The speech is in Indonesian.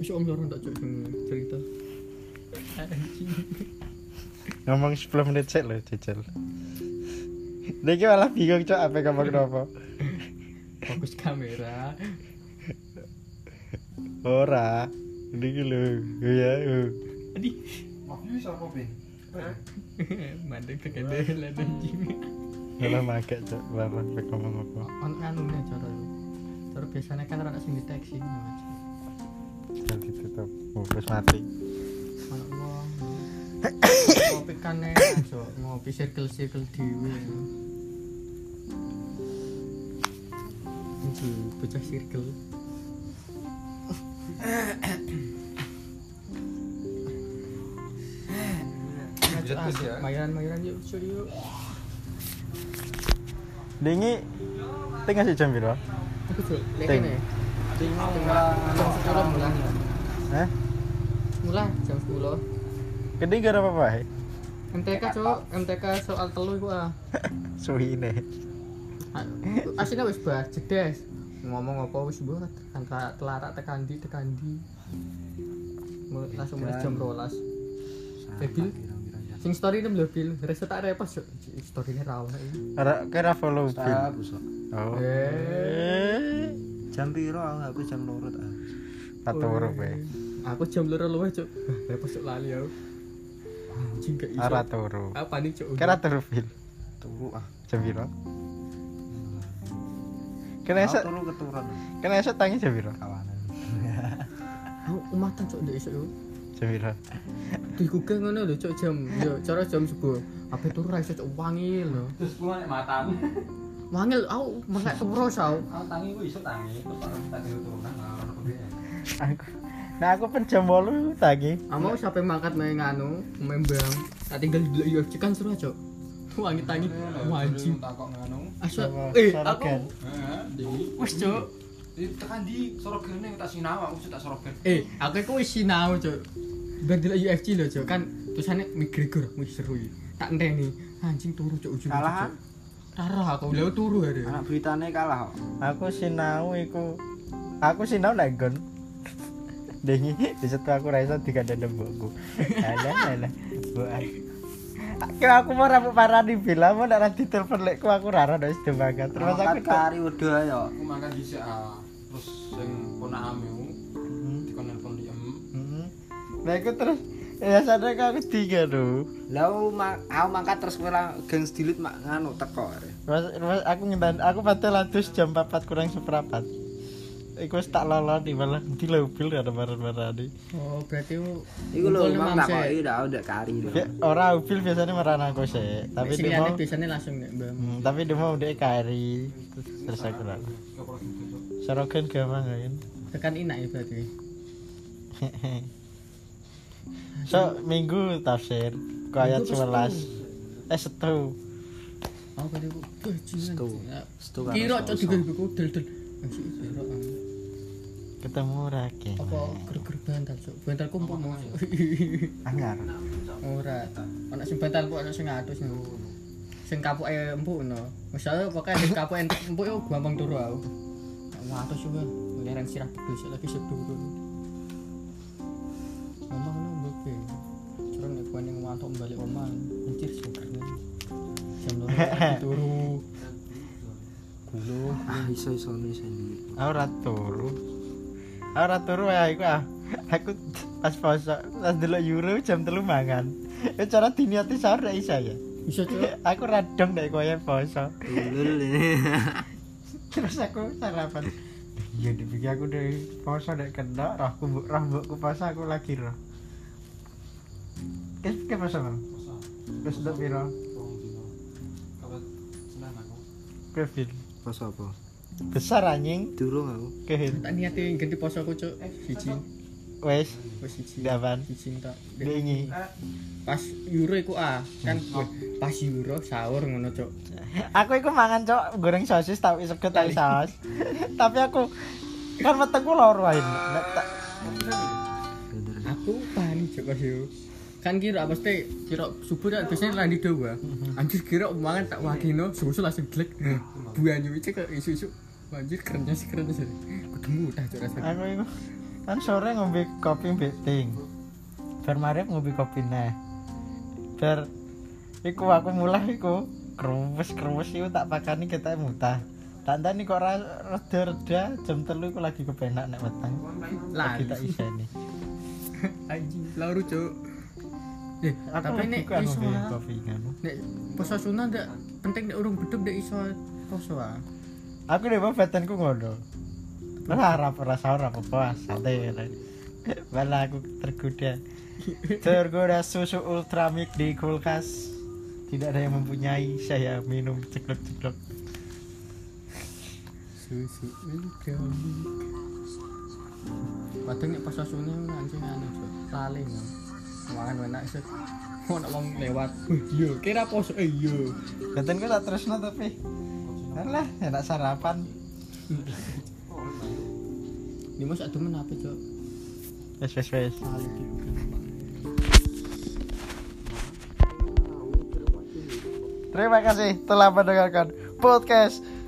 Masuk om lorong tak cok cerita. Anjing. Ngomong 10 menit sik lho, Cecil. Lagi malah bingung cok apa ngomong kenapa. Fokus kamera. Ora. Ini lho, ya. yo. Adi. Maknya siapa Ben? Mandek kekedelan anjing. Malah magek cok, malah apa ngomong apa. Kan anu nih cara lu. Cara biasanya kan rada sing deteksi ngono aja. Dan ditutup. Oh, Wis mati. Mana uang. Ngopi kan nih, Cok. ngopi circle-circle dhewe. Anjing, bocah circle. Bisa terus ya. Mayoran-mayoran yuk, Cok, yuk. Dengi tengah sih jam piro? Aku tuh, Ting. lekene. Jam 10 Tinggal mulai. Hah? Mulai jam 10. Gede gak ada apa-apa. eh? MTK, Cok. MTK soal telu iku ah. Suwine. Aslinya wis bahas jedes. Ngomong apa wis buat antara telarak tekandi tekandi. Mul- Langsung mulai jam rolas. Debil. Eh, Sing story ini belum bil. Rasa tak repas yuk. Story ini rawan ini. Ora kira follow Ah, bin. busuk. Oh. Eh. Jam piro aku aku jam loro ta. Atau urung kowe. Aku jam loro luwe cuk. Repas cuk lali aku. Anjing gak iso. Ora Ah, turu. Apa nih cuk? Kira turu bin. Turu ah. Jam piro? Kena Aku esok, turu keturun kena esok tangi jam piro? kawanan. Aku umatan cuk ndek iso yuk. Jam piro? Di Google ngono lho cuk jam. Yo cara jam subuh. Apa turu ra iso cuk wangi lho. terus gue nek matang Wangi lho aku mengak turu tau. aku tangi gue iso tangi terus orang tak dulu turunan nggak ada perbedaan Aku. Nah aku pen jam 8 tangi. Amo sampai mangkat main nganu, main bang. Tak tinggal di UFC kan seru aja. Wangi tangi, wajib. takok nganu Asal, Sama eh sorogan. aku, heeh dewi wis cok. tekan di sorogen yang tak sinau aku sudah tak sorogen Eh, aku itu wis sinau cok. Bang di UFC loh cok kan. Tulisannya McGregor, wis seru. ya. Tak enteni, Ah, anjing turu cok ujung. Kalah? Tarah aku, udah turu hari. Anak beritane kalah kok. Aku sinau iku. Aku sinau nang nggon. Dengi di situ aku ra iso digandeng mbokku. Alah alah. Mbok aku. Kira aku mau rapuh parani bila mau nak nanti telepon lekku aku rara dari sedemangat terus aku Angkat kari wedo ayo. aku makan di ah terus yang pernah amu Hmm. di konelpon di em Hmm. Nah aku terus ya sadar aku tiga tuh Lah aku ma- aku mangkat terus kira geng sedilit mak nganu teko. are. Mas, mas, aku ngentan, aku padahal lantus jam 4 kurang seperempat. Iku wis tak lolo di malah di mobil ada barang-barang Oh, berarti aku. Iku lho mang tak kok iki dak ndek kari lho. Ya, ora mobil biasanya merana aku sih, Tapi tapi dia mau, biasanya langsung nek bang. Hmm, tapi dia mau dia kari, terus aku lah. Sorokan gampang kan? Tekan inak ya berarti. so minggu tafsir, kaya Minggu sebelas, pasti. eh setu, Aku kali aku, eh jangan. Stu. Cok. Stu karo Kira cok Soso. juga ibuku del del. Anjing, kira, ah. ketemu rakyat. apa ger-ger bantal cok bantalku empuk mau Anyar. ora ana sing bantalku ana sing atus no sing kapuke empuk no misalnya pokoknya sing kapuke entek empuk yo gampang turu aku mau atus juga lereng sirah pegel sik lagi seduru ngomong no mbeke cara nek kuwi ning wantok balik omah anjir seger jam loro lagi turu gulu Ah iso iso iso sendiri. Aku ora turu. Aku ora turu ya iku ah. Aku pas poso, pas delok Euro jam 3 mangan. Ya cara diniati sahur nek iso ya. bisa cok Aku radong nek koyo poso. Dulul. Terus aku sarapan. Ya dipikir aku dari poso nek kena rohku mbok roh mbokku poso aku lagi roh. Kes ke poso Bang? Terus ndok piro? Kevin. Poso apa? Besar anjing. Durung aku. Kevin. tak niati ganti poso aku cok siji Wes, wis siji dapan. siji tak Dengi. pas euro iku ah kan Hmm. pas euro sahur ngono cok aku iku mangan cok goreng sosis tapi seget tapi saus tapi aku kan meteku loro ae Nek tak- Bener. Hmm. aku panik cok pas yo kan kira apa sih kira subuh kan biasanya landi doa Hmm. anjir kira omongan tak wakino susu langsung glek buanyu itu ke isu isu anjir kerennya sih kerennya sih kudu mudah cok rasanya aku iku kan sore ngombe kopi mbek ting bar marep ngombe kopi neh bar iku aku mulai iku keruwes keruwes iku tak pakani kita mutah tak enteni kok ra- reda-reda jam telu iku lagi kepenak nek weteng lagi tak lali iseni anjing laru cuk eh aku tapi lagi nek kok iso ngombe ah. kopi nganu nek poso sunah ndak penting nek urung beduk ndak iso poso ah aku deh bang badanku ngono lah harap rasa ora apa santai ya. malah aku tergoda tergoda susu ultramik di kulkas tidak ada yang mempunyai saya minum ceklek ceklek susu ultramik padahal nek poso sunah anjing anu cuk lali Mang. mangan enak sih kok nak wong lewat "Wih, Oh, iya kira poso eh iya badanku tak terus tapi lah enak sarapan ini mos adumen apa cuk wes wes wes lali terima kasih telah mendengarkan podcast